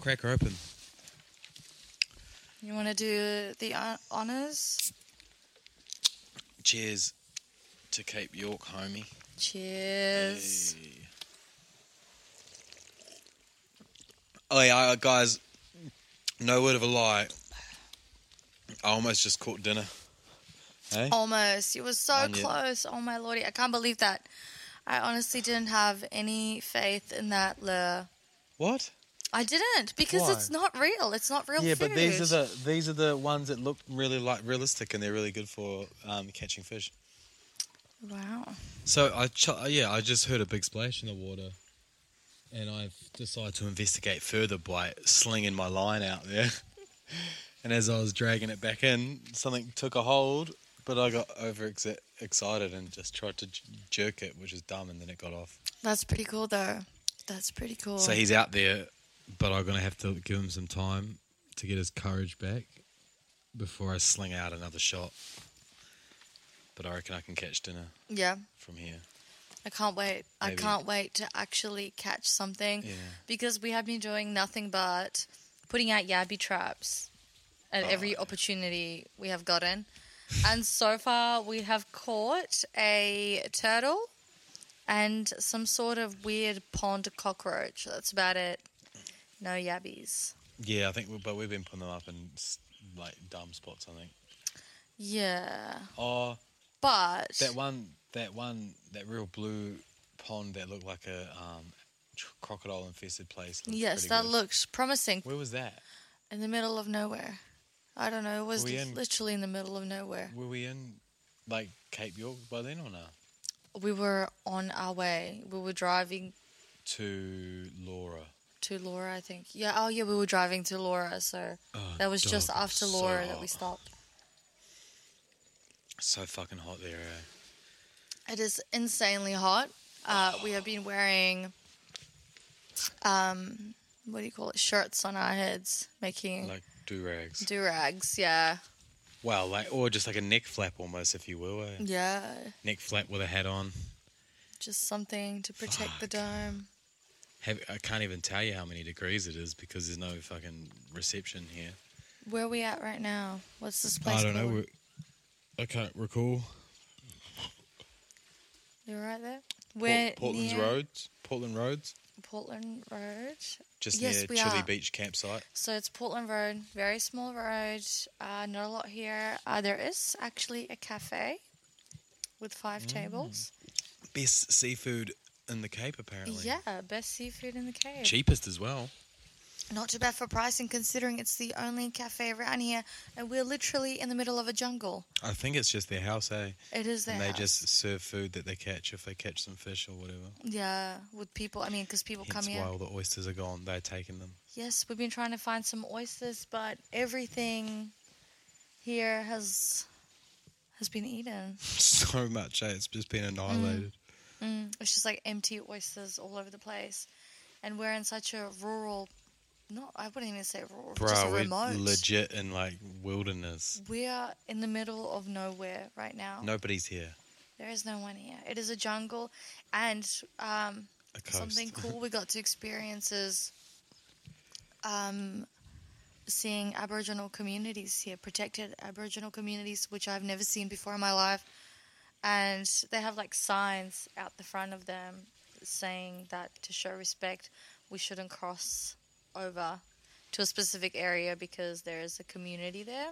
crack her open. You want to do the hon- honors? Cheers to Cape York, homie. Cheers. Hey. Oh yeah, I- guys. No word of a lie. I almost just caught dinner. Hey. Oh. Almost. You were so Onion. close. Oh my lordy. I can't believe that. I honestly didn't have any faith in that lure. What? I didn't because Why? it's not real. It's not real yeah, food. but these are the these are the ones that look really like realistic, and they're really good for um, catching fish. Wow. So I ch- uh, yeah, I just heard a big splash in the water, and I've decided to investigate further by slinging my line out there. and as I was dragging it back in, something took a hold, but I got over exa- excited and just tried to j- jerk it, which is dumb, and then it got off. That's pretty cool, though. That's pretty cool. So he's out there, but I'm gonna have to give him some time to get his courage back before I sling out another shot. But I reckon I can catch dinner yeah. from here. I can't wait. I Maybe. can't wait to actually catch something Yeah. because we have been doing nothing but putting out yabby traps at Oh. every opportunity we have gotten. and so far, we have caught a turtle and some sort of weird pond cockroach. That's about it. No yabbies. Yeah, I think, we, but we've been putting them up in s- like dumb spots. I think. Yeah. Oh, But that one, that one, that real blue pond that looked like a um, tr- crocodile-infested place. looked yes, pretty that good. looks promising Where was that? in the middle of nowhere. I don't know. It was We in- literally in the middle of nowhere. Were we in like Cape York by then or no? we were on our way. We were driving To Laura. to Laura, I think. Yeah. Oh, yeah. We were driving to Laura, so Oh, that was dog, just it after was so Laura that we hot. stopped. So fucking hot there. Eh? It is insanely hot. Uh, We have been wearing, um, what do you call it? Shirts on our heads, making like do rags. do rags. Yeah, Well, like or just like a neck flap almost, if you will. eh? yeah. Neck flap with a hat on. Just something to protect the Fuck. dome. Have, I can't even tell you how many degrees it is because there's no fucking reception here. Where are we at right now? What's this place? I don't know. called? we- I can't recall. You're right there. Port- We're Portland's near roads. Portland roads. Portland Road. Just Yes, near we Chili are. Beach campsite. So it's Portland Road, very small road, uh, not a lot here. Uh, there is actually a cafe with five Mm, tables. Best seafood in the Cape, apparently. Yeah, best seafood in the cave. Cheapest as well. Not too bad for pricing, considering it's the only cafe around here, and we're literally in the middle of a jungle. I think it's just their house, eh? It is there. and they just serve food that they catch if they catch some fish or whatever. yeah, with people. I mean, because people come Hence here. why all the oysters are gone. They're taking them. Yes, we've been trying to find some oysters, but everything here has has been eaten. so much, eh? It's just been annihilated. Mm, it's just like empty oysters all over the place, and we're in such a rural. No, I wouldn't even say rural. just a Bruh, remote. we're legit in like wilderness. We are in the middle of nowhere right now. Nobody's here. There is no one here. It is a jungle, and um, A coast. something cool we got to experience is um, seeing Aboriginal communities here, protected Aboriginal communities, which I've never seen before in my life. And they have like signs out the front of them saying that to show respect, we shouldn't cross over to a specific area because there is a community there.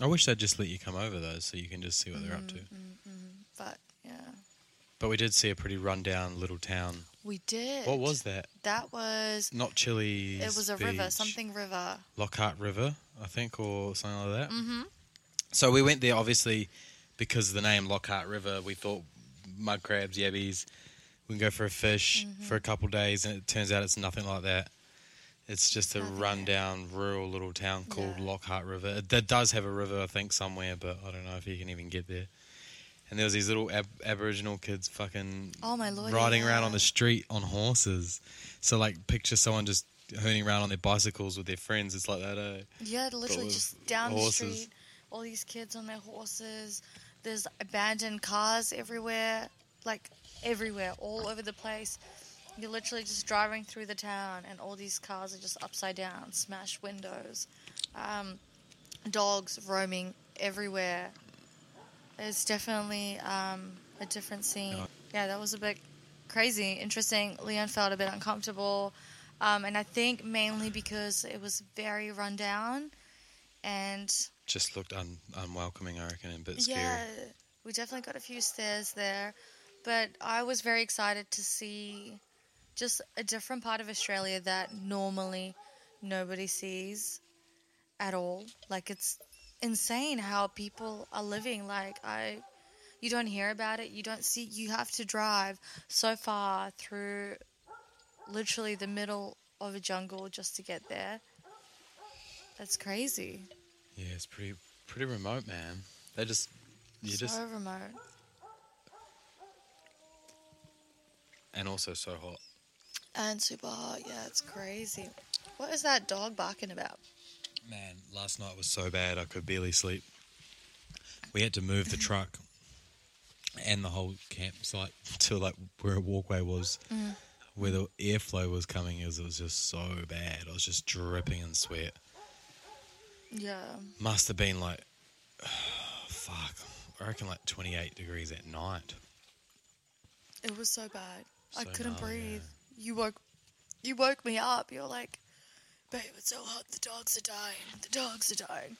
I wish they'd just let you come over though, so you can just see what they're up to. Mm-hmm. But yeah, But we did see a pretty rundown little town. we did. What was that? that? Was Not Chile. it was a river, something river. Lockhart River, I think, or something like that. Mm-hmm. So we went there obviously because of the name Lockhart River. We thought mud crabs, yabbies. We can go for a fish Mm-hmm. for a couple days, and it turns out it's nothing like that. It's just a Nothing like that. rundown rural little town called Yeah. Lockhart River. It, that does have a river, I think, somewhere, but I don't know if you can even get there. And there was these little ab- Aboriginal kids fucking Oh my lord! riding around on the street on horses. So like, picture someone just hooning around on their bicycles with their friends. It's like that. Eh? yeah, literally with just down the horses. street. All these kids on their horses. There's abandoned cars everywhere, like everywhere, all over the place. You're literally just driving through the town, and all these cars are just upside down, smashed windows, um, dogs roaming everywhere. It's definitely um, a different scene. Yeah. Yeah, that was a bit crazy, interesting. Leon felt a bit uncomfortable, um, and I think mainly because it was very rundown, and Just looked un- unwelcoming, I reckon, and a bit scary. yeah, we definitely got a few stairs there, but I was very excited to see just a different part of Australia that normally nobody sees at all. Like it's insane how people are living. Like I, you don't hear about it. You don't see. You have to drive so far through, literally the middle of a jungle just to get there. That's crazy. Yeah, it's pretty pretty remote, man. They just you so just remote. and also so hot. And super hot. Yeah, it's crazy. What is that dog barking about? Man, last night was so bad I could barely sleep. We had to move the truck and the whole campsite to like where a walkway was, Mm. where the airflow was coming. Is it was just so bad. I was just dripping in sweat. Yeah. Must have been like, fuck. I reckon like 28 degrees at night. It was so bad. I So couldn't gnarly, breathe. You woke you woke me up. You're like, babe, it's so hot, the dogs are dying. The dogs are dying.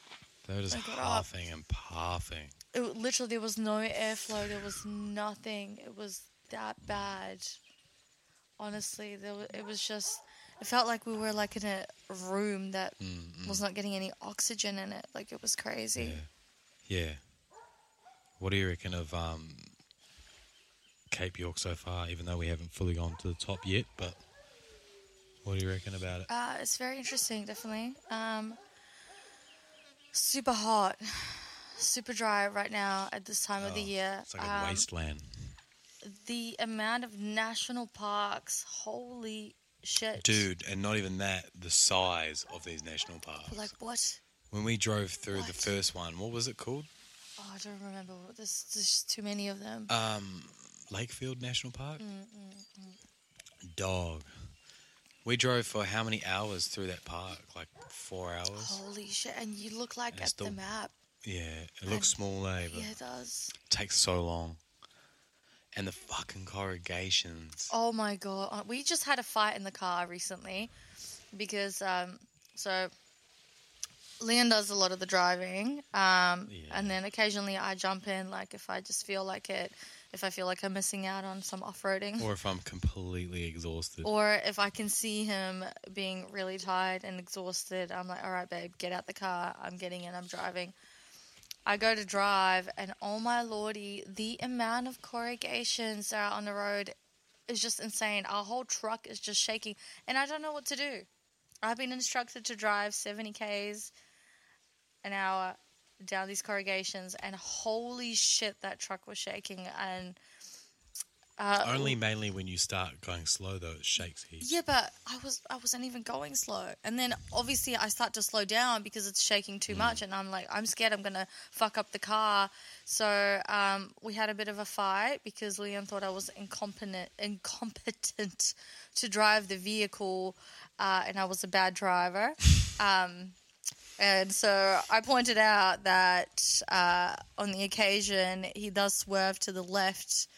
They were just I got up. huffing and puffing. It w- literally there was no airflow, there was nothing. It was that bad. Honestly, there was, it was just it felt like we were like in a room that Mm, was not getting any oxygen in it. Like it was crazy. Yeah. Yeah. What do you reckon of um, Cape York so far, even though we haven't fully gone to the top yet? But what do you reckon about it? Uh, it's very interesting, definitely. Um, super hot, super dry right now at this time of the Oh, year. It's like a Um, wasteland. The amount of national parks, holy shit. Dude, and not even that, the size of these national parks. Like, what? when we drove through the What? first one, what was it called? Oh, I don't remember. what- There's, there's just too many of them. Um, Lakefield National Park? Mm, Dog. We drove for how many hours through that park? Like four hours? holy shit. And you look like And at it's the the- map. Yeah, it looks small, eh? But Yeah, it does. takes so long. And the fucking corrugations. Oh my god, Uh, we just had a fight in the car recently because um, so Leon does a lot of the driving, um, Yeah. and then occasionally I jump in, like if I just feel like it, if I feel like I'm missing out on some off roading, or, Or if I'm completely exhausted. if I can see him being really tired and exhausted, I'm like, all right, babe, get out the car. I'm getting in. I'm driving. I go to drive, and oh my lordy, the amount of corrugations that are on the road is just insane. Our whole truck is just shaking, and I don't know what to do. I've been instructed to drive 70 Ks an hour down these corrugations, and holy shit, that truck was shaking. And uh, Only mainly when you start going slow, though, it shakes heaps. yeah, but I was I wasn't even going slow, and then obviously I start to slow down because it's shaking too much, and I'm like I'm scared I'm gonna fuck up the car. So um, we had a bit of a fight because Liam thought I was incompetent incompetent to drive the vehicle, uh, and I was a bad driver. Um, and so I pointed out that uh, on the occasion he does swerve to the left,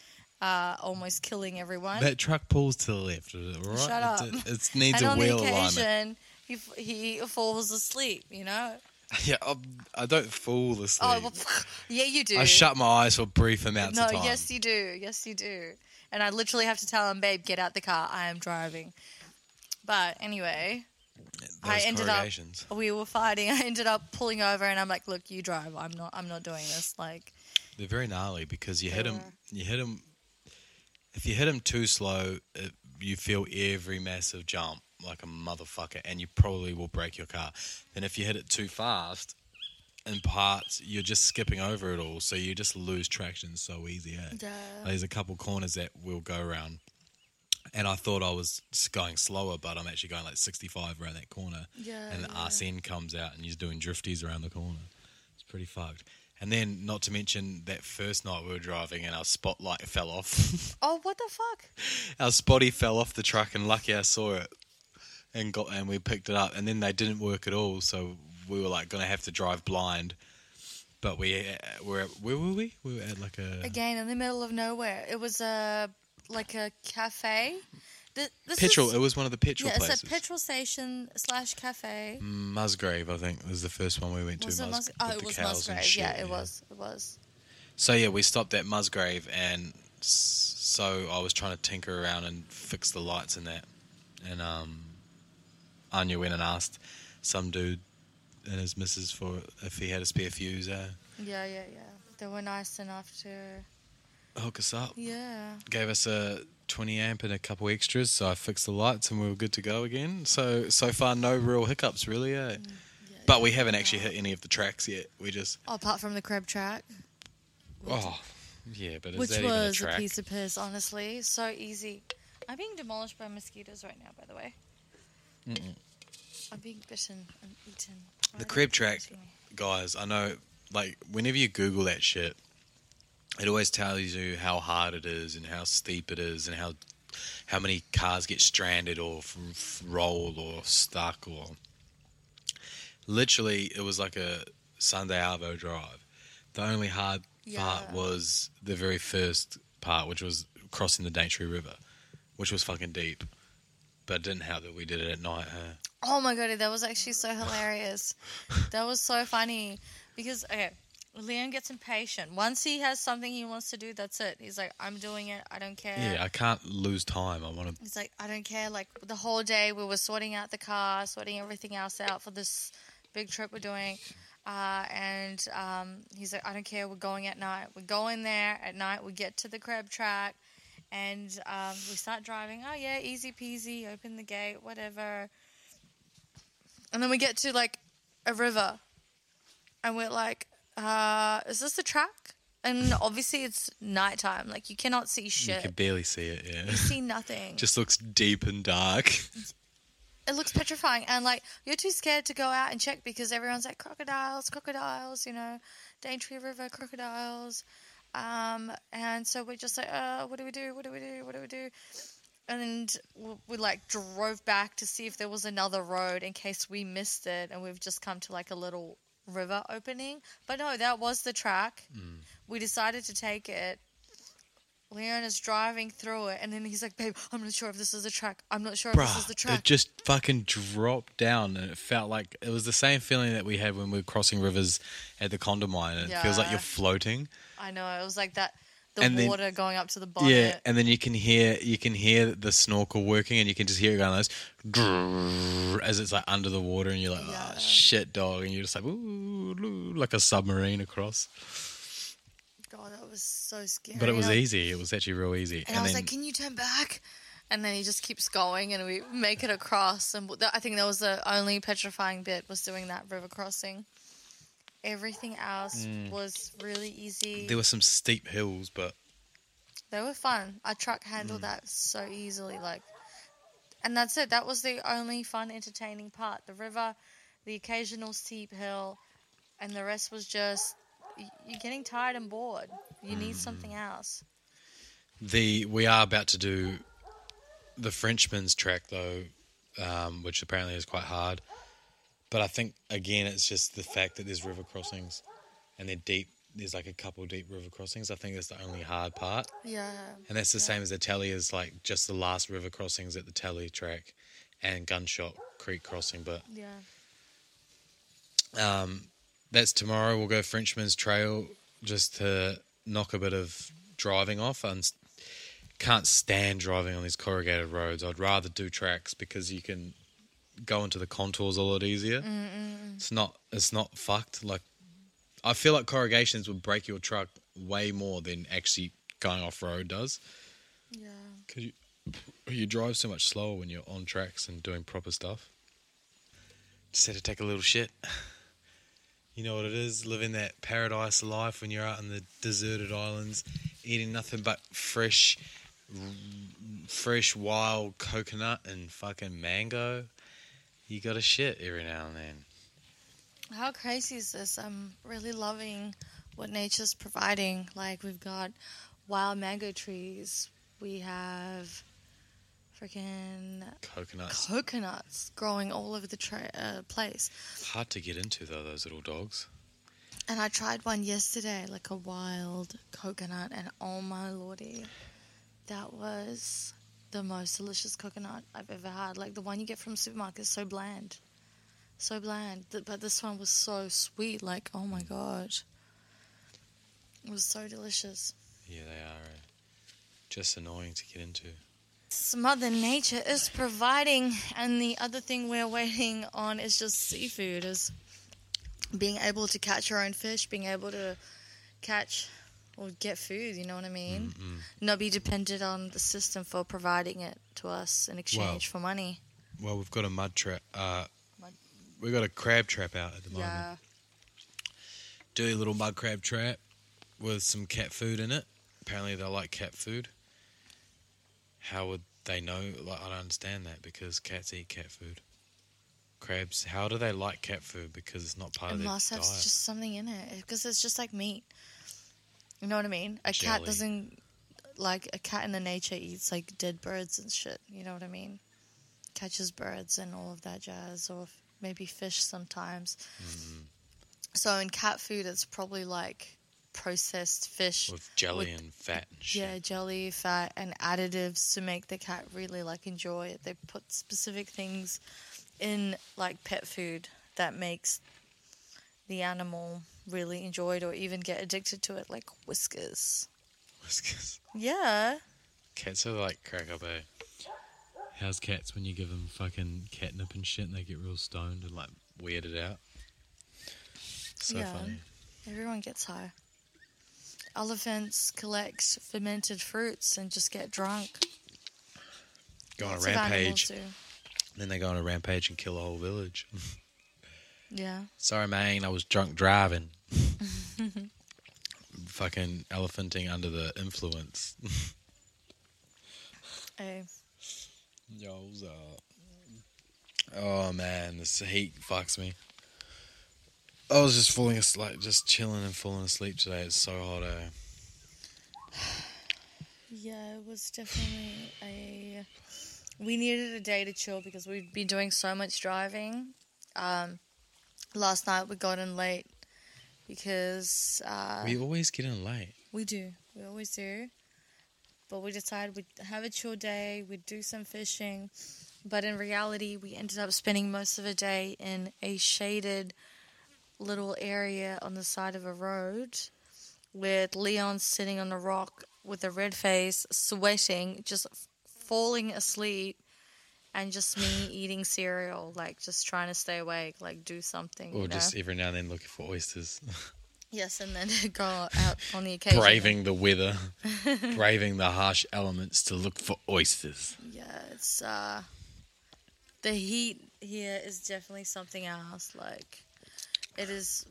uh, almost killing everyone. That truck pulls to the left, is it, right? Shut It's- up. It, it needs and a on wheel the alignment. occasion, he, f- he falls asleep, you know? Yeah, I'm, I don't fall asleep. Oh, well, yeah, you do. I shut my eyes for brief amounts no, of time. yes, you do. Yes, you do. And I literally have to tell him, babe, get out the car. I am driving. But anyway, Those I ended up- corrugations. we were fighting. I ended up pulling over and I'm like, look, you drive. I'm not, I'm not doing this. Like, They're very gnarly because you They hit 'em hit were. them. You hit them. If you hit them too slow, it, you feel every massive jump like a motherfucker, and you probably will break your car. Then if you hit it too fast, in parts you're just skipping over it all, so you just lose traction so easy. eh? Like, yeah. There's a couple corners that will go around, and I thought I was s- going slower, but I'm actually going like 65 around that corner Yeah. and the yeah. RCN comes out and he's doing drifties around the corner. It's pretty fucked. And then, not to mention that first night we were driving and our spotlight fell off. Oh, what the fuck? our spotty fell off the truck, and lucky I saw it and got and we picked it up. And then they didn't work at all, so we were like going to have to drive blind. But we uh, were at, where were we? We were at like a Again, in the middle of nowhere. It was a like a cafe. Th- This petrol. is- it was one of the petrol yeah, places. it's a petrol station slash cafe. Musgrave, I think, was the first one we went Was to. it Mus- Mus- with Oh, the it was cows and Musgrave. shit, yeah, it was. It was. So yeah, we stopped at Musgrave, and s- so I was trying to tinker around and fix the lights and that. And um, Anya went and asked some dude and his missus for if he had a spare fuse. Uh, Yeah, yeah, yeah. They were nice enough to. hook us up. Yeah. Gave us a 20 amp and a couple extras, so I fixed the lights and we were good to go again. So so far, no real hiccups really. Eh? Mm, yeah But we haven't actually hit any of the tracks yet. We just Oh, apart from the crab track, oh yeah, but is which that even a was a, track? piece of piss, honestly. So easy. I'm being demolished by mosquitoes right now, by the way. I'm being bitten and eaten. Why The are crab they track, eating me? guys, I know, like, whenever you Google that shit, it always tells you how hard it is and how steep it is and how how many cars get stranded or f- f- roll or stuck or. Literally, it was like a Sunday Arvo drive. The only hard part Yeah. was the very first part, which was crossing the Daintree River, which was fucking deep. But it didn't help that we did it at night, huh? Oh my god, that was actually so hilarious. that was so funny because okay, Leon gets impatient. Once he has something he wants to do, that's it. He's like, I'm doing it. I don't care. Yeah, I can't lose time. I want to He's like, I don't care. Like the whole day we were sorting out the car, sorting everything else out for this big trip we're doing. Uh, and um, he's like, I don't care. We're going at night. We're going there at night. We get to the crab track, and um, we start driving. Oh yeah, easy peasy. Open the gate, whatever. And then we get to like a river, and we're like, uh, Is this the track? And obviously it's nighttime. Like you cannot see You shit. can barely see it, yeah. see nothing. Just looks deep and dark. it looks petrifying and like you're too scared to go out and check because everyone's like crocodiles crocodiles you know daintree river crocodiles um, and so we're just like uh, what do we do what do we do what do we do and we, we like drove back to see if there was another road in case we missed it and we've just come to like a little river opening but no that was the track we decided to take it Leon is driving through it, and then he's like, "Babe, I'm not sure if this is a track. I'm not sure if this is the track." it just fucking dropped down and it felt like it was the same feeling that we had when we were crossing rivers at the Condamine. And It feels like Yeah. you're floating. I know. It was like that the And then- water going up to the bonnet. Yeah, and then you can hear you can hear the snorkel working and you can just hear it going like this as it's like under the water and you're like, Yeah. oh shit dog and you're just like ooh, loo," like a submarine across. God, that was so scary. But it was And I- easy. It was actually real easy. And, I was then- like, "Can you turn back?" And then he just keeps going, and we make it across. And th- I think that was the only petrifying bit was doing that river crossing. Everything else was really easy. They Mm. there were, were some steep hills, but fun. Our truck handled that so easily, like, and that's it. That was the only fun, entertaining part: the river, the occasional steep hill, and the rest was just y- you're getting tired and bored. You need something else. The we are about to do the Frenchman's track though, um, which apparently is quite hard. But I think again, it's just the fact that there's river crossings, and they're deep. There's like a couple deep river crossings. I think that's the only hard part, Yeah. and that's the same as the telly is like just the last river crossings at the telly track, and Gunshot Creek crossing. But Yeah. um, that's tomorrow. We'll go Frenchman's Trail just to knock a bit of driving off. And can't stand driving on these corrugated roads. I'd rather do tracks because you can go into the contours a lot easier. It's not. It's not fucked. Like I feel like corrugations would break your truck way more than actually going off road does. Yeah. Because you, you drive so much slower when you're on tracks and doing proper stuff. Just had to take a little shit. You know what it is, living that paradise life when you're out in the deserted islands, eating nothing but fresh, fresh wild coconut and fucking mango. You gotta shit every now and then. How crazy is this? I'm really loving what nature's providing. Like we've got wild mango trees, we have freaking Coconuts. coconuts growing all over the tra- uh, place. Hard to get into though, those little dogs. And I tried one yesterday, like a wild coconut, and oh my lordy, that was the most delicious coconut I've ever had. Like the one you get from supermarket is so bland, so bland. Th- But this one was so sweet. Like oh my god, it was so delicious. Yeah, they are uh, just annoying to get into. It's Mother Nature is providing, and the other thing we're waiting on is just seafood, is being able to catch our own fish, being able to catch or get food, you know what I mean? Mm-mm. Not be dependent on the system for providing it to us in exchange for money. Well, we've got a mud trap. Uh, Mud- we've got a crab trap out at the moment. Yeah. dirty little mud crab trap with some cat food in it. Apparently, they like cat food. How would they know? Like, I don't understand that because cats eat cat food. Crabs, how do they like cat food? Because it's not part It of their must have diet. just something in it because it's just like meat. You know what I mean? A cat Jelly. doesn't like a cat in the nature eats like dead birds and shit. You know what I mean? Catches birds and all of that jazz, or f- maybe fish sometimes. Mm-hmm. So in cat food, it's probably like processed fish. With jelly with- and fat and shit. yeah, jelly, fat, and additives to make the cat really like enjoy it. They put specific things in like pet food that makes the animal really enjoy it or even get addicted to it, like whiskers. Whiskers. Yeah, Cats are like crack up, eh? How's cats when you give them fucking catnip and shit and they get real stoned and like weirded out? So Yeah. funny. everyone gets high. Elephants collect fermented fruits and just get drunk. Go on a Lots of animals rampage. do. Then they go on a rampage and kill a whole village. Yeah. Sorry, man, I was drunk driving. Fucking elephanting under the influence. Hey. Yo's up. Oh man, this heat fucks me. I was just falling asleep, just chilling and falling asleep today. It's so hot. Eh? Yeah, it was definitely a. We needed a day to chill because we'd been doing so much driving. Um, last night we got in late because uh, we always get in late. we do. We always do. But we decided we'd have a chill day, we'd do some fishing. But in reality, we ended up spending most of the day in a shaded little area on the side of a road with Leon sitting on a rock with a red face, sweating, just f- falling asleep. And just me eating cereal, like just trying to stay awake, like do something. Or you know? just every now and then looking for oysters. yes, and then go out on the occasion. braving the weather, braving the harsh elements to look for oysters. Yeah, it's uh the heat here is definitely something else. Like it is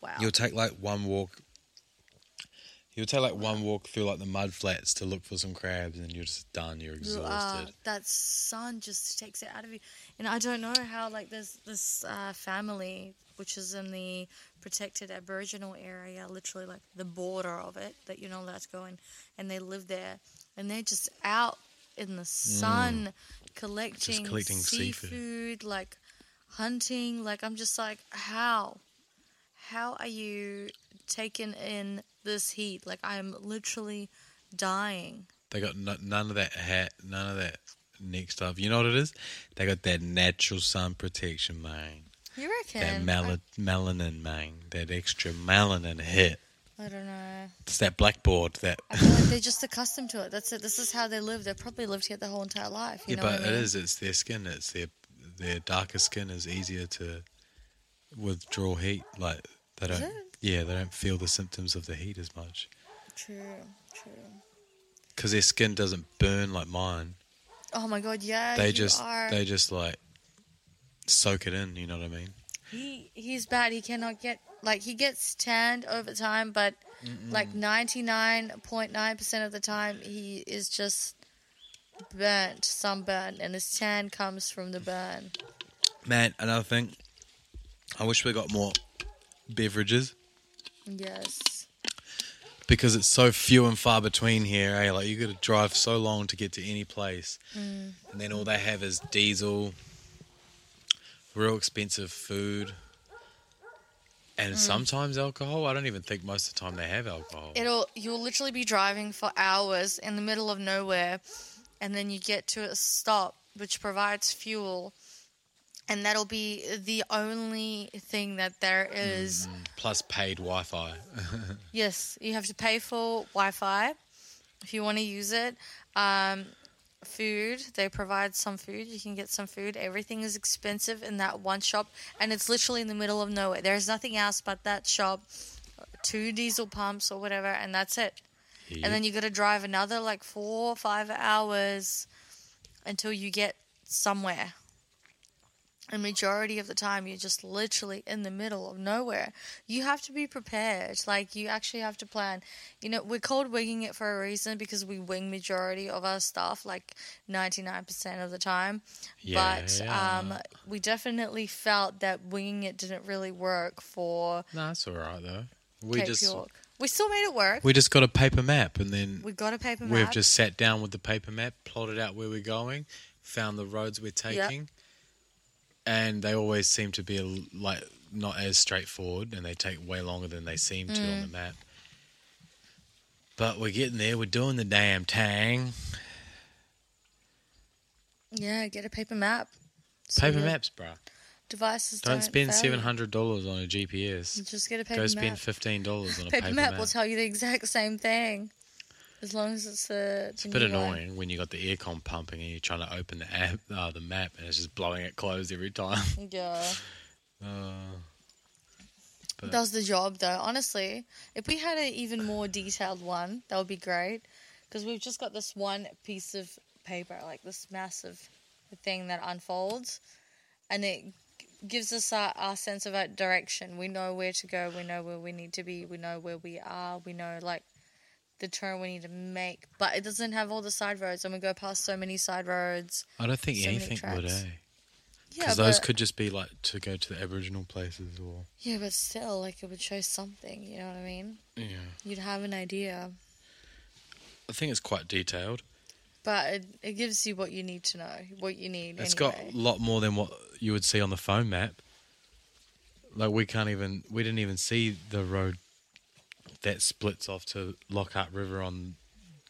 wow. You'll take like one walk. You'll take like one walk through like the mud flats to look for some crabs, and you're just done. You're You are- exhausted. that sun just takes it out of you. And I don't know how like there's this uh, family which is in the protected Aboriginal area, literally like the border of it, that you're not allowed to go in, and they live there, and they're just out in the sun collecting, Mm. collecting seafood. seafood, like hunting. Like I'm just like how. How are you taking in this heat? Like I'm literally dying. They got no, none of that hat, none of that neck stuff. You know what it is? They got that natural sun protection, man. You that reckon? mel- melanin, man. That extra melanin hit. I don't know. It's that blackboard. That I feel like they're just accustomed to it. That's it. This is how they live. They've probably lived here their whole entire life. You yeah, know but what I it mean? is. It's their skin. It's their their darker skin is easier to withdraw heat. Like they don't. it? Yeah, they don't feel the symptoms of the heat as much. True, true. because their skin doesn't burn like mine. Oh my god, yeah. they you just are. they just like soak it in. You know what I mean? He he's bad. He cannot get like he gets tanned over time, but like ninety nine point nine percent of the time he is just burnt, sunburn, and his tan comes from the burn. Man, another thing. I wish we got more beverages. Yes. because it's so few and far between here. Eh? Like you got to drive so long to get to any place, Mm. and then all they have is diesel, real expensive food, Mm. and sometimes alcohol. I don't even think most of the time they have alcohol. It'll you'll literally be driving for hours in the middle of nowhere, and then you get to a stop which provides fuel, and that'll be the only thing that there is. Plus paid Wi-Fi. Yes, you have to pay for Wi-Fi if you want to use it. Um, food they provide some food. You can get some food. Everything is expensive in that one shop, and it's literally in the middle of nowhere. There's nothing else but that shop, two diesel pumps or whatever, and that's it. and then you got to drive another like four or five hours until you get somewhere and majority of the time you're just literally in the middle of nowhere you have to be prepared like you actually have to plan you know we're called winging it for a reason because we wing majority of our stuff like 99% of the time but um, we definitely felt that winging it didn't really work for no, it's all right though. We Cape just York. We still made it work. we just got a paper map, and then We got a paper map. We've just sat down with the paper map, plotted out where we're going, found the roads we're taking, and they always seem to be a l- like not as straightforward, and they take way longer than they seem to on the Mm. map. But we're getting there. We're doing the damn tang. yeah, get a paper map. So Paper your maps, bruh. Devices Don't, don't, spend fail seven you. hundred dollars on a GPS. Just get a paper Go map. spend fifteen dollars on a paper, map, will It's tell you the exact same thing, as long as it's a. It's a bit annoying when you got the aircon pumping and you're trying to open the app, uh, the map, and it's just blowing it closed every time. Yeah, Uh, But- does the job though. Honestly, if we had an even more detailed one, that would be great, because we've just got this one piece of paper, like this massive thing that unfolds, and it g- gives us our, our sense of our direction. We know where to go. We know where we need to be. We know where we are. We know like. The turn we need to make, but it doesn't have all the side roads, and we go past so many side roads. I don't think So many anything would, tracks. eh? Yeah, Because those but, could just be like to go to the Aboriginal places or. Yeah, but still, like it would show something. You know what I mean? Yeah. You'd have an idea, I think it's quite detailed. but it, it gives you what you need to know, what you need. It's got anyway. a lot more than what you would see on the phone map. Like we can't even we didn't even see the road that splits off to Lockhart River on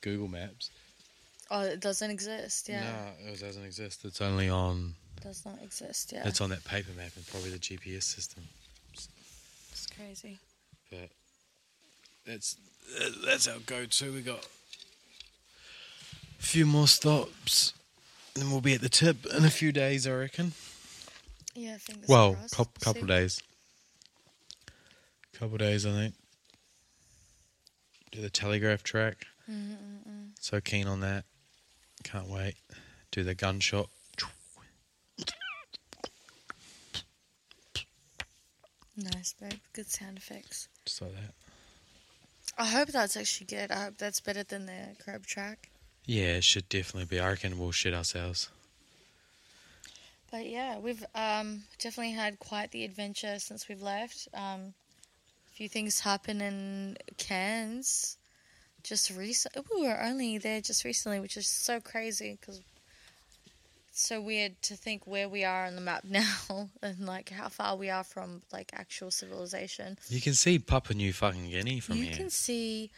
Google Maps. Oh, it doesn't exist. Yeah, No, it doesn't exist. It's only on it does not exist. Yeah, it's on that paper map and probably the GPS system. it's crazy. But that's that's our go-to. We got a few more stops, and we'll be at the tip in a few days, I reckon. Yeah, fingers Well, crossed. couple, We'll couple see. days. Couple days, I think. Do the Telegraph track. Mm-hmm. So keen on that. Can't wait. Do the gunshot. Nice, babe. Good sound effects. Just like that. I hope that's actually good. I hope that's better than the curb track. Yeah, it should definitely be. I reckon we'll shit ourselves. But yeah, we've um, definitely had quite the adventure since we've left. Um, a few things happen in Cairns just recently. We were only there just recently, which is so crazy because it's so weird to think where we are on the map now and like how far we are from like actual civilization. You can see Papua New fucking Guinea from you here. can see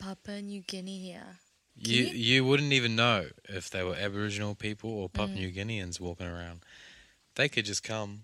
Papua New Guinea here. You Can you wouldn't even know if they were Aboriginal people or Papua Mm. New Guineans walking around. They could just come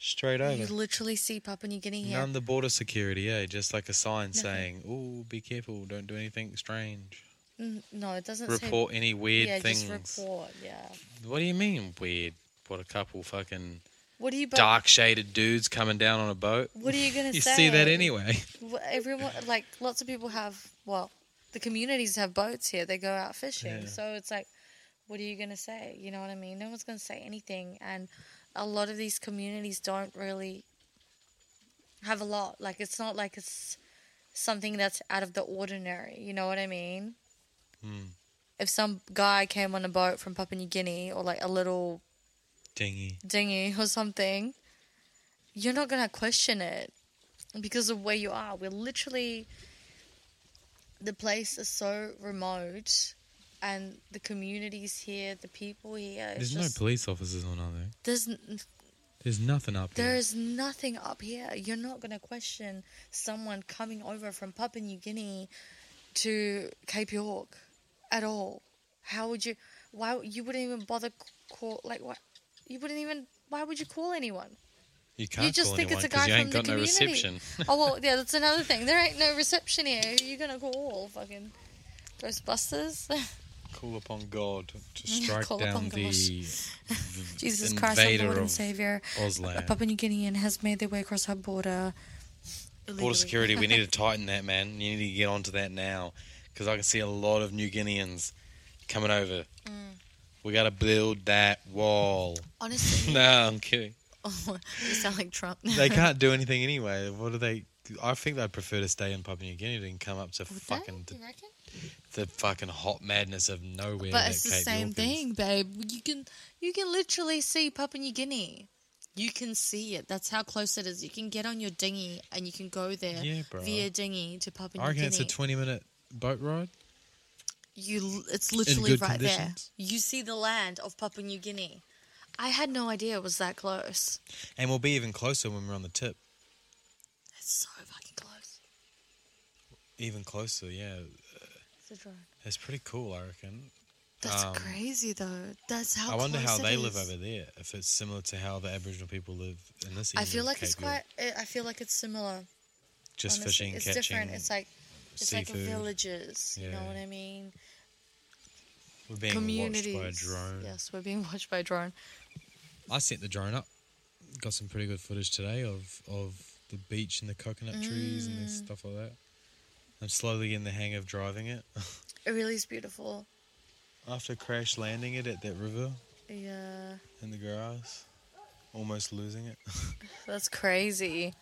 straight You over. literally see Papua New Guinea here. None the border security, eh? Just like a sign saying, "Oh, be careful! Don't do anything strange. Mm, No, it doesn't say. report any weird Yeah, things." just report. Yeah. What do you mean weird? What a couple fucking What do you? bu- dark shaded dudes coming down on a boat. What are you gonna You say? see that anyway? Wh- Everyone, like lots of people have. Well, the communities have boats here. They go out fishing, Yeah. so it's like, what are you gonna say? You know what I mean? No one's gonna say anything, and a lot of these communities don't really have a lot. Like it's not like it's something that's out of the ordinary. You know what I mean? Hmm. If some guy came on a boat from Papua New Guinea or like a little Dingy. dinghy or something, you're not gonna question it. because of where you are. We're literally the place is so remote, and the communities here, the people here. It's There's just, no police officers or nothing. there's n- There's nothing up there here. is nothing up here. You're not going to question someone coming over from Papua New Guinea to Cape York at all. How would you? Why you wouldn't even bother c- call? Like what? You wouldn't even. Why would you call anyone? You can't you just call think anyone it's a 'cause guy you from ain't the got no community. reception. oh well, yeah, that's another thing. There ain't no reception here. Who you gonna call? Fucking Ghostbusters. Call upon God to strike Call down upon God. the Jesus invader Christ, our Lord and of Savior. Auslan. Papua New Guinean has made their way across our border. illegally. Border security, we need to tighten that, man. You need to get onto that now, because I can see a lot of New Guineans coming over. Mm. We got to build that wall. Honestly, no, I'm kidding. oh, you sound like Trump. They can't do anything anyway. What do they? I think they'd prefer to stay in Papua New Guinea than come up to Would they? fucking You reckon? the, the fucking hot madness of nowhere. But that it's the Cape same York is. thing, babe. You can you can literally see Papua New Guinea. You can see it. That's how close it is. You can get on your dinghy and you can go there Yeah, bro. via dinghy to Papua New I reckon Guinea. it's a 20 minute boat ride. you l- it's literally good right conditions. there. You see the land of Papua New Guinea. I had no idea it was that close. And we'll be even closer when we're on the tip. It's so fucking close. Even closer, yeah. It's a drone. It's pretty cool, I reckon. That's Um, crazy though. That's how I wonder close how it they live is. over there. If it's similar to how the Aboriginal people live in this. I end feel of like it's Cape York. quite. eh, I I feel like it's similar. just honestly. fishing, it's catching. different. It's like it's like seafood. villages. You know Yeah. what I mean? We're being Communities. watched by a drone. Yes, we're being watched by a drone. I sent the drone up. Got some pretty good footage today of of the beach and the coconut trees and Mm. this stuff like that. I'm slowly getting the hang of driving it. It really is beautiful. After crash landing it at that river Yeah, in the grass, almost losing it. that's crazy.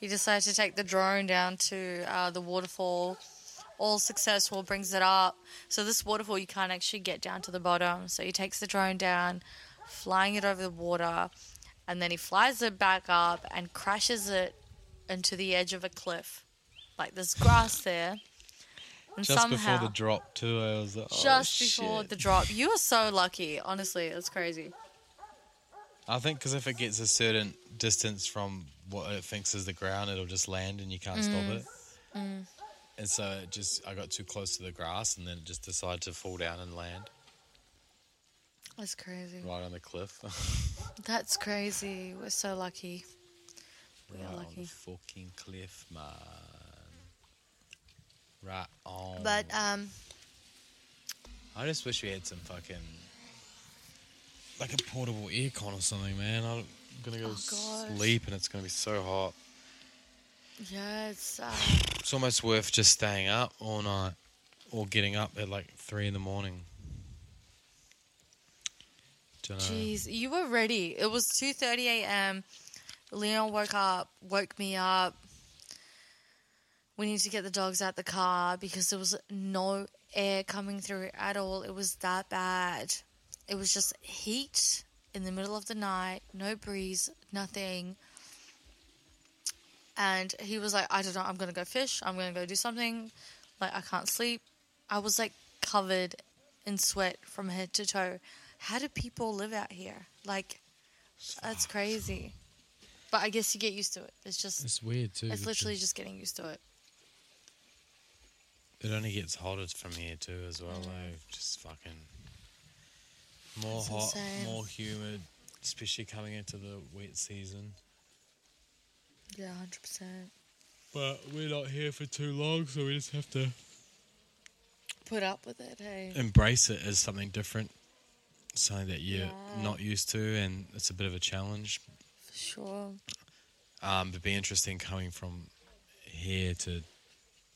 He decided to take the drone down to uh, the waterfall. All successful brings it up. So this waterfall you can't actually get down to the bottom. So he takes the drone down, flying it over the water, and then he flies it back up and crashes it into the edge of a cliff. Like there's grass there. And Just somehow, before the drop, too, I was like, oh, just before shit. the drop. You are so lucky, honestly. It's crazy. I think because if it gets a certain distance from what it thinks is the ground, it'll just land and you can't Mm. stop it. And so it just, I got too close to the grass and then it just decided to fall down and land That's crazy. right on the cliff. That's crazy. We're so lucky. We right are on the lucky. fucking cliff, man. Right on. But um, I just wish we had some fucking, like a portable aircon or something, man. I'm gonna go Oh, God. sleep and it's gonna be so hot. yeah, it's uh, It's almost worth just staying up all night or getting up at like three in the morning. Dunno. jeez, you were ready. It was two thirty a.m. Leon woke up, woke me up. We need to get the dogs out the car because there was no air coming through at all. It was that bad. It was just heat in the middle of the night, no breeze, nothing. And he was like, I don't know, I'm gonna go fish, I'm gonna go do something. Like, I can't sleep. I was like covered in sweat from head to toe. How do people live out here? Like, that's crazy. But I guess you get used to it. It's just, It's weird too. it's that literally just getting used to it. It only gets hotter from here too, as Mm. well. Though, just fucking more That's hot, insane. more humid, especially coming into the wet season. Yeah, 100%. But we're not here for too long, so we just have to Put up with it, hey? embrace it as something different, something that you're Yeah. not used to, and it's a bit of a challenge. For sure. Um, it'd be interesting coming from here to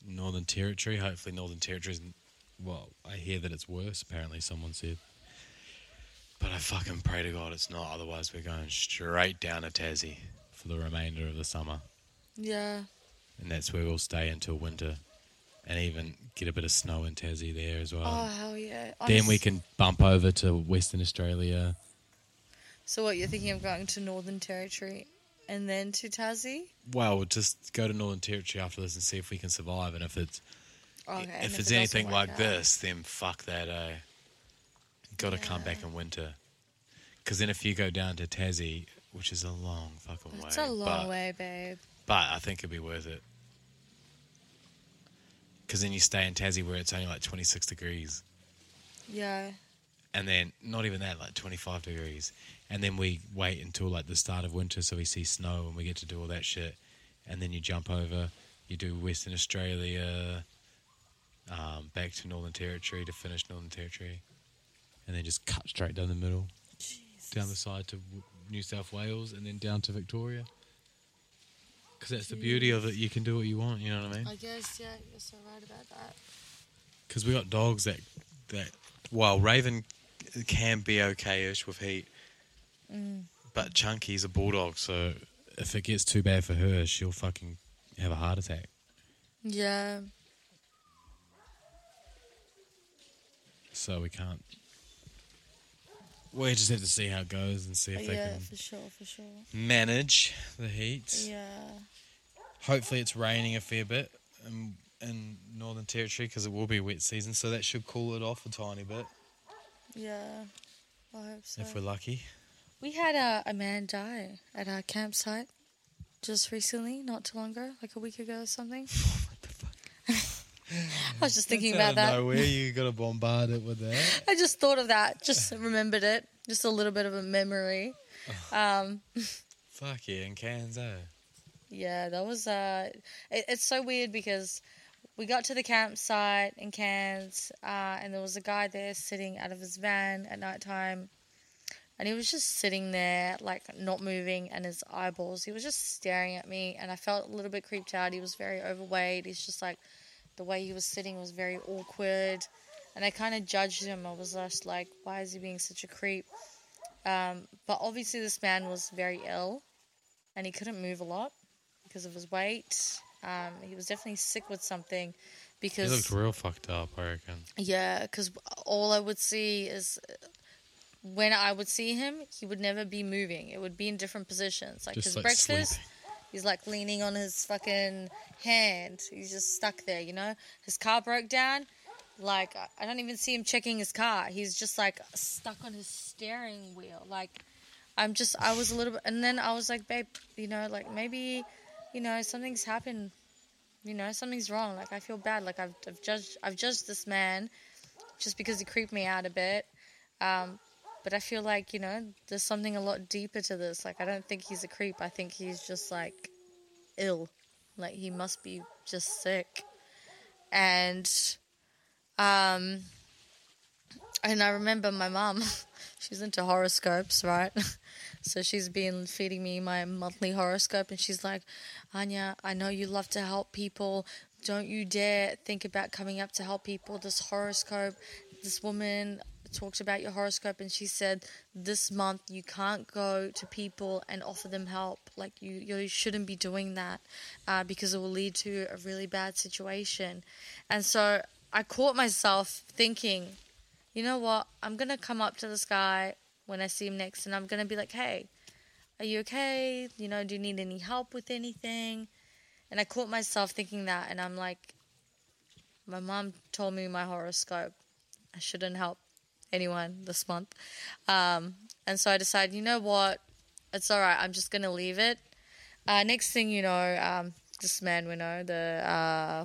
Northern Territory. Hopefully, Northern Territory's. Well, I hear that it's worse. Apparently, someone said. But I fucking pray to God it's not. Otherwise, we're going straight down to Tassie for the remainder of the summer, Yeah. and that's where we'll stay until winter, and even get a bit of snow in Tassie there as well. Oh, hell yeah. Um, then we Honest- can bump over to Western Australia. So what you're thinking of going to Northern Territory and then to Tassie? Well, we'll just go to Northern Territory after this and see if we can survive. And if it's Okay. and if it's it doesn't anything work like out- this, then fuck that, eh? Got to come back in winter. Because then if you go down to Tassie, which is a long fucking way. It's a long but, way, babe. But I think it'd be worth it. Because then you stay in Tassie where it's only like 26 degrees. Yeah. And then, not even that, like 25 degrees. And then we wait until like the start of winter so we see snow and we get to do all that shit. And then you jump over, you do Western Australia, um, back to Northern Territory to finish Northern Territory. And then just cut straight down the middle, down the side to W- New South Wales and then down to Victoria. Because that's the beauty of it. You can do what you want, you know what I mean? I guess, yeah, you're so right about that. because we got dogs that that while Raven can be okay-ish with heat, Mm. but Chunky's a bulldog, so if it gets too bad for her, she'll fucking have a heart attack. Yeah. So we can't. We just have to see how it goes and see if they Yeah, can for sure, for sure. manage the heat. Yeah. Hopefully, it's raining a fair bit in, in Northern Territory because it will be wet season, so that should cool it off a tiny bit Yeah. I hope so. if we're lucky. We had uh, a, a man die at our campsite just recently, not too long ago, like a week ago or something. What the fuck? I was just thinking That's about that. Out of nowhere, you got to bombard it with that. I just thought of that, just remembered it, just a little bit of a memory. Um, Fuck yeah, in Cairns, eh? yeah, that was. Uh, it, it's so weird because we got to the campsite in Cairns, uh, and there was a guy there sitting out of his van at nighttime, and he was just sitting there, like not moving, and his eyeballs. He was just staring at me, and I felt a little bit creeped out. He was very overweight. He's just like the way he was sitting was very awkward, and I kind of judged him. I was just like, why is he being such a creep? Um, but obviously, this man was very ill, and he couldn't move a lot because of his weight. Um, he was definitely sick with something He because looked real fucked up, I reckon. yeah, because all I would see is when I would see him, he would never be moving. It would be in different positions. Like Just his like breakfast, sleeping. he's like leaning on his fucking hand. He's just stuck there, you know? His car broke down. Like, I- I don't even see him checking his car. He's just like stuck on his steering wheel. Like, I'm just, I was a little bit, and then I was like, babe, you know, like maybe, you know, something's happened. You know, something's wrong. Like, I feel bad. Like, I've, I've judged, I've judged this man just because he creeped me out a bit. Um, but I feel like, you know, there's something a lot deeper to this. Like, I don't think he's a creep. I think he's just like ill. Like, he must be just sick. And, um, and I remember my mum, she's into horoscopes, right? So she's been feeding me my monthly horoscope, and she's like, Anya, I know you love to help people. Don't you dare think about coming up to help people. This horoscope, this woman talked about your horoscope, and she said, This month you can't go to people and offer them help. Like, you, you shouldn't be doing that uh, because it will lead to a really bad situation. And so I caught myself thinking, you know what? I'm gonna come up to this guy when I see him next, and I'm gonna be like, "Hey, are you okay? You know, do you need any help with anything?" And I caught myself thinking that, and I'm like, "My mom told me my horoscope. I shouldn't help anyone this month." Um, and so I decided, you know what? It's all right. I'm just gonna leave it. Uh, next thing you know, um, this man we know, the uh,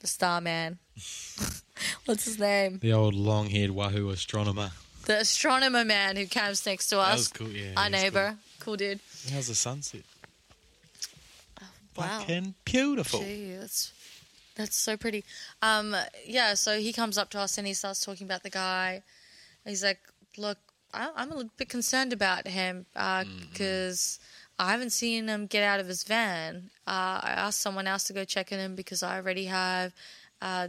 the star man. What's his name? The old long haired Wahoo astronomer. the astronomer man who camps next to That us, was cool, yeah. our he was neighbor, cool, dude. Cool. How's the sunset? Oh, Wow. Fucking beautiful. Gee, that's that's so pretty. Um, yeah, so he comes up to us and he starts talking about the guy. He's like, "Look, I, I'm a little bit concerned about him uh, because I haven't seen him get out of his van. Uh, I asked someone else to go check on him because I already have." Uh,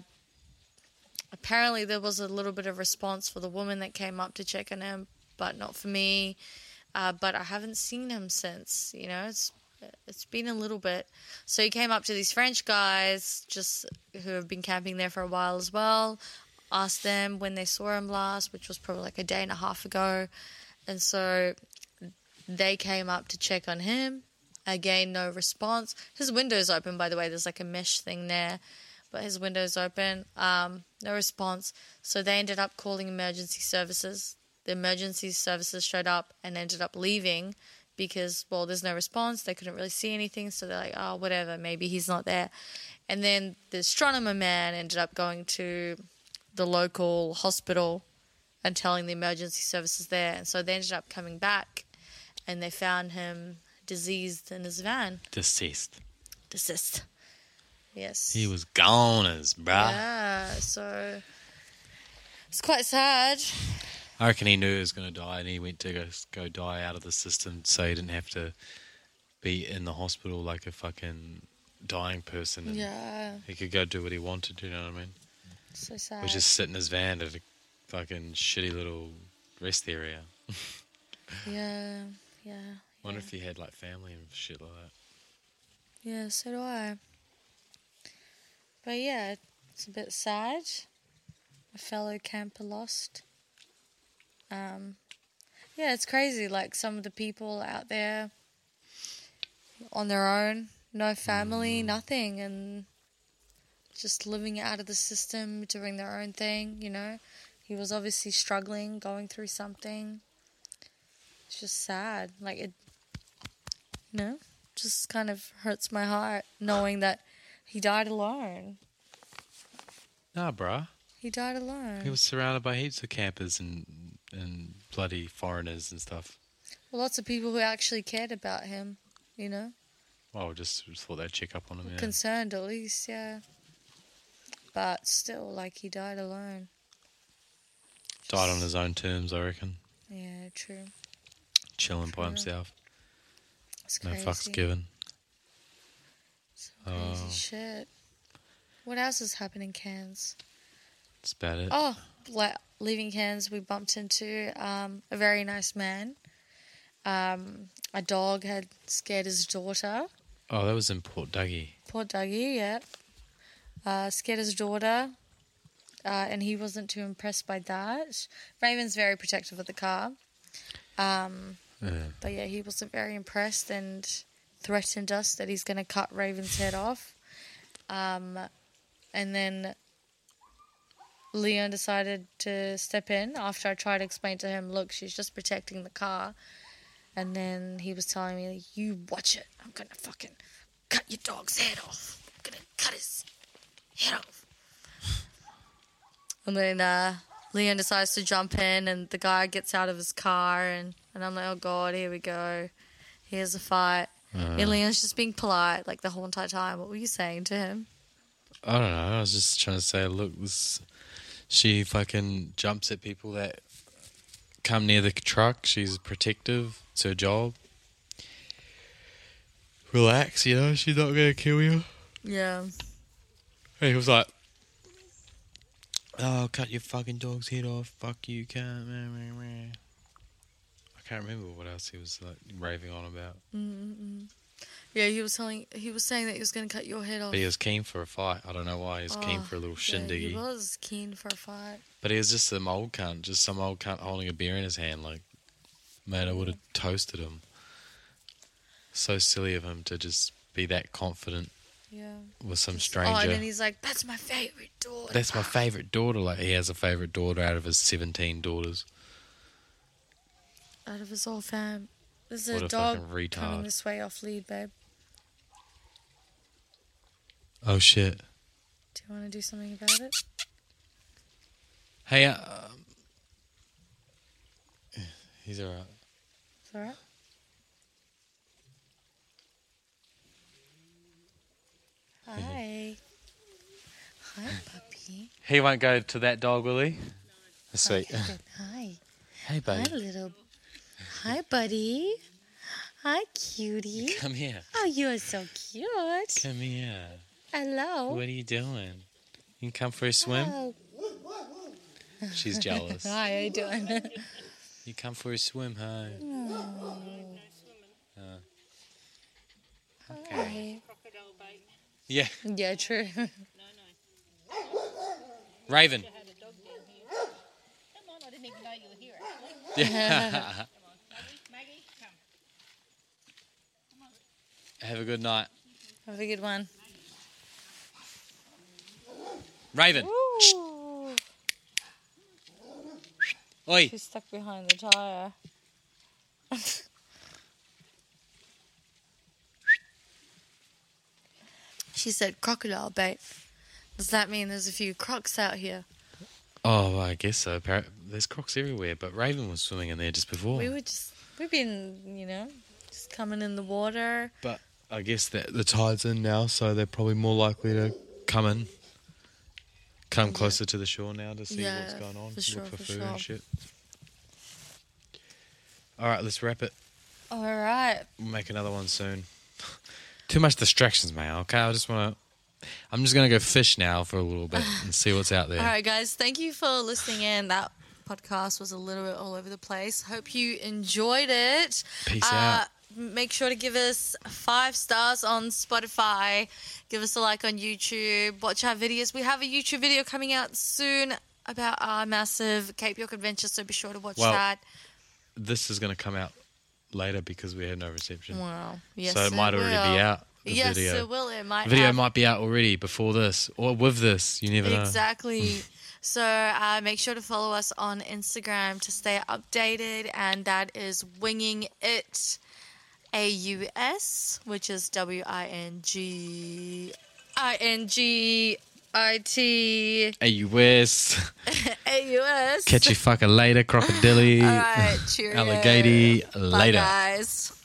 apparently, there was a little bit of response for the woman that came up to check on him, but not for me. Uh, but I haven't seen him since. You know, it's it's been a little bit. So he came up to these French guys, just who have been camping there for a while as well. Asked them when they saw him last, which was probably like a day and a half ago, and so They came up to check on him. Again, no response. His window's open, by the way. There's like a mesh thing there, but his window's open. Um, no response. So they ended up calling emergency services. The emergency services showed up and ended up leaving because, well, there's no response. They couldn't really see anything. So they're like, oh, whatever. Maybe he's not there. And then the astronomer man ended up going to the local hospital and telling the emergency services there. And so they ended up coming back and they found him diseased in his van. Deceased. Deceased. Yes. He was gone as bruh. Yeah, so it's quite sad. I reckon he knew he was going to die, and he went to go, go die out of the system, so he didn't have to be in the hospital like a fucking dying person. And Yeah, He could go do what he wanted. You know what I mean? so sad. Or just sit in his van at a fucking shitty little rest area. yeah, yeah, Wonder if he had like family and shit like that. yeah, so do I. But yeah, it's a bit sad. A fellow camper lost. Um, yeah, it's crazy. Like some of the people out there on their own, no family, nothing, and just living out of the system, doing their own thing, you know. He was obviously struggling, going through something. It's just sad. Like it you know, just kind of hurts my heart knowing that he died alone. Nah, bruh. He died alone. He was surrounded by heaps of campers and and bloody foreigners and stuff. Lots of people who actually cared about him, you know. Well, Oh, just, just thought they'd check up on him. Yeah. concerned at least, yeah. But still, like he died alone. Died on his own terms, I reckon. Yeah, true. Chilling by True. himself. It's No crazy. fucks given. Crazy Oh. shit. What else has happened in Cairns? That's about it. Oh, like leaving Cairns, we bumped into um, a very nice man. Um, a dog had scared his daughter. Oh, that was in Port Dougie. Poor Dougie, yeah. Uh, scared his daughter, uh, and he wasn't too impressed by that. Raven's very protective of the car. Um, Yeah. but yeah, he wasn't very impressed and threatened us that he's going to cut Raven's head off. Um, and then Leon decided to step in after I tried to explain to him, look, she's just protecting the car. And then he was telling me, you watch it. I'm going to fucking cut your dog's head off. I'm going to cut his head off. And then uh, Leon decides to jump in, and the guy gets out of his car, and, and I'm like, oh god, here we go. Here's a fight. Uh. and Leon's just being polite, like the whole entire time. What were you saying to him? I don't know. I was just trying to say, look, this. She fucking jumps at people that come near the truck. She's protective. It's her job. Relax, you know. She's not gonna kill you. Yeah. And he was like, "Oh, cut your fucking dog's head off. Fuck you, can't." meh, meh, meh." I can't remember what else he was like raving on about. Yeah, he was telling he was saying that he was gonna cut your head off. But he was keen for a fight. I don't know why. He was keen Oh, for a little Yeah, shindiggy. he was keen for a fight. But he was just some old cunt, just some old cunt holding a beer in his hand. Like, mate, I would have toasted him. So silly of him to just be that confident Yeah. with some Oh, and then stranger. he's like, That's my favourite daughter. That's my favourite daughter. Like, he has a favourite daughter out of his 17 daughters. out of his whole fam. There's What a a dog fucking retard. coming this way off lead, babe. Oh, shit. Do you wanna do something about it? Hey, uh, um, he's alright. It's alright. Hi. Hi, puppy. He won't go to that dog, will he? Sweet. Good. Hi. Hey, Hi, buddy. little. Hi, buddy. Hi, cutie. Come here. Oh, you are so cute. Come here. Hello. What are you doing? You can come for a swim? Oh, She's jealous. hi, how you doing? You come for a swim, huh? Oh. Uh, Hi. Yeah. Yeah, true. Raven. Come on, I didn't even know you were here. Yeah. Maggie, come. Have a good night. Have a good one. Raven. Ooh, Oi. she's stuck behind the tire. She said crocodile bait. Does that mean there's a few crocs out here? Oh, well, I guess so. Appar- There's crocs everywhere, but Raven was swimming in there just before. We were just, we've been, you know, just coming in the water. But I guess that the tide's in now, so they're probably more likely to come in, come closer to the shore now to see Yeah, what's going on, for sure, look for, for food and sure. shit. All right, let's wrap it. All right. We'll make another one soon. Too much distractions, man. Okay, I just want to. I'm just gonna go fish now for a little bit and see what's out there. All right, guys. Thank you for listening in. That podcast was a little bit all over the place. Hope you enjoyed it. Peace out. Uh, Make sure to give us five stars on Spotify. Give us a like on YouTube. Watch our videos. We have a YouTube video coming out soon about our massive Cape York adventure, so be sure to watch Well, that. This is gonna come out later because we had no reception, Wow. Mm, Yes, mm. so it might already be will. out. The yes, video. it will. Uh, It might. video have- might be out already before this or with this. You never know. Exactly. so uh, make sure to follow us on Instagram to stay updated, and that is winging it. A U S, which is W I N G I N G I T AUS. A U S. Catch you fucking later, crocodile. All right, cheerio. Alligator. Bye, Later. guys.